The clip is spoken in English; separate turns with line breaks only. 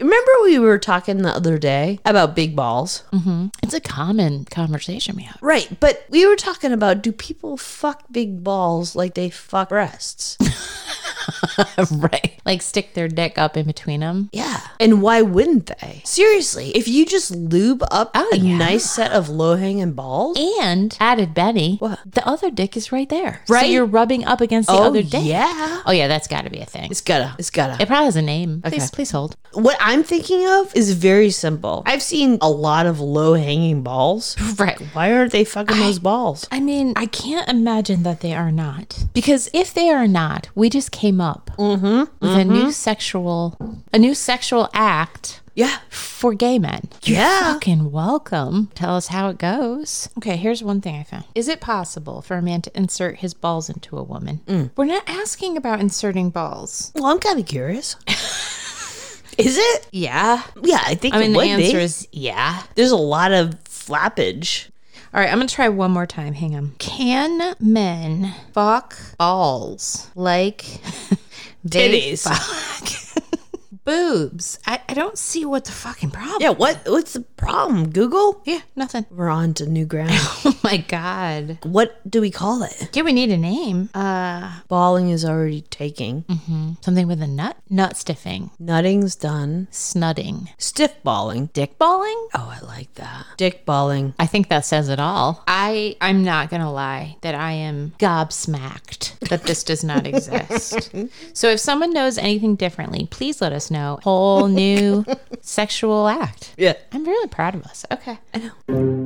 Remember we were talking the other day about big balls?
Mm-hmm. It's a common conversation we have.
Right, but we were talking about do people fuck big balls like they fuck breasts?
right. Like stick their dick up in between them.
Yeah. And why wouldn't they? Oh, Seriously, if you just lube up a
yeah.
nice set of low hanging balls,
And added Benny,
What?
the other dick is right there. So
Right?
you're rubbing up against the
oh
other dick.
yeah,
Oh, yeah, that's got to be a thing.
it's gotta, it's gotta.
It probably has a name.
Okay.
Please, please hold.
what I'm thinking of is very simple. I've seen a lot of low hanging balls.
Right.
Why aren't they fucking those balls?
I mean, I can't imagine that they are not. Because if they are not, we just came up with a new sexual a new sexual act
Yeah,
for gay men. You're
Yeah.
fucking welcome. Tell us how it goes. Okay, here's one thing I found. Is it possible for a man to insert his balls into a woman? We're not asking about inserting balls.
Well, I'm kind of curious. is it?
Yeah.
Yeah, I think
I mean,
it
the
would
answer
be.
is yeah.
There's a lot of flappage.
All right, I'm gonna try one more time. Hang on. Can men fuck balls like they
Titties.
fuck boobs? I, I don't see what the fucking problem.
Yeah, what? What's the problem? Google.
Yeah, nothing.
We're on to new ground.
Oh my god.
what do we call it?
Yeah, we need a name. Uh,
Balling is already taking.
something with a nut. Nut stiffing.
Nutting's done.
Snudding.
Stiff balling. Dick.
Balling.
Oh, I like that. Dick balling.
I think that says it all. I I'm not gonna lie that I am gobsmacked that this does not exist. so if someone knows anything differently, please let us know. Whole new sexual act.
Yeah.
I'm really proud of us. Okay. I know.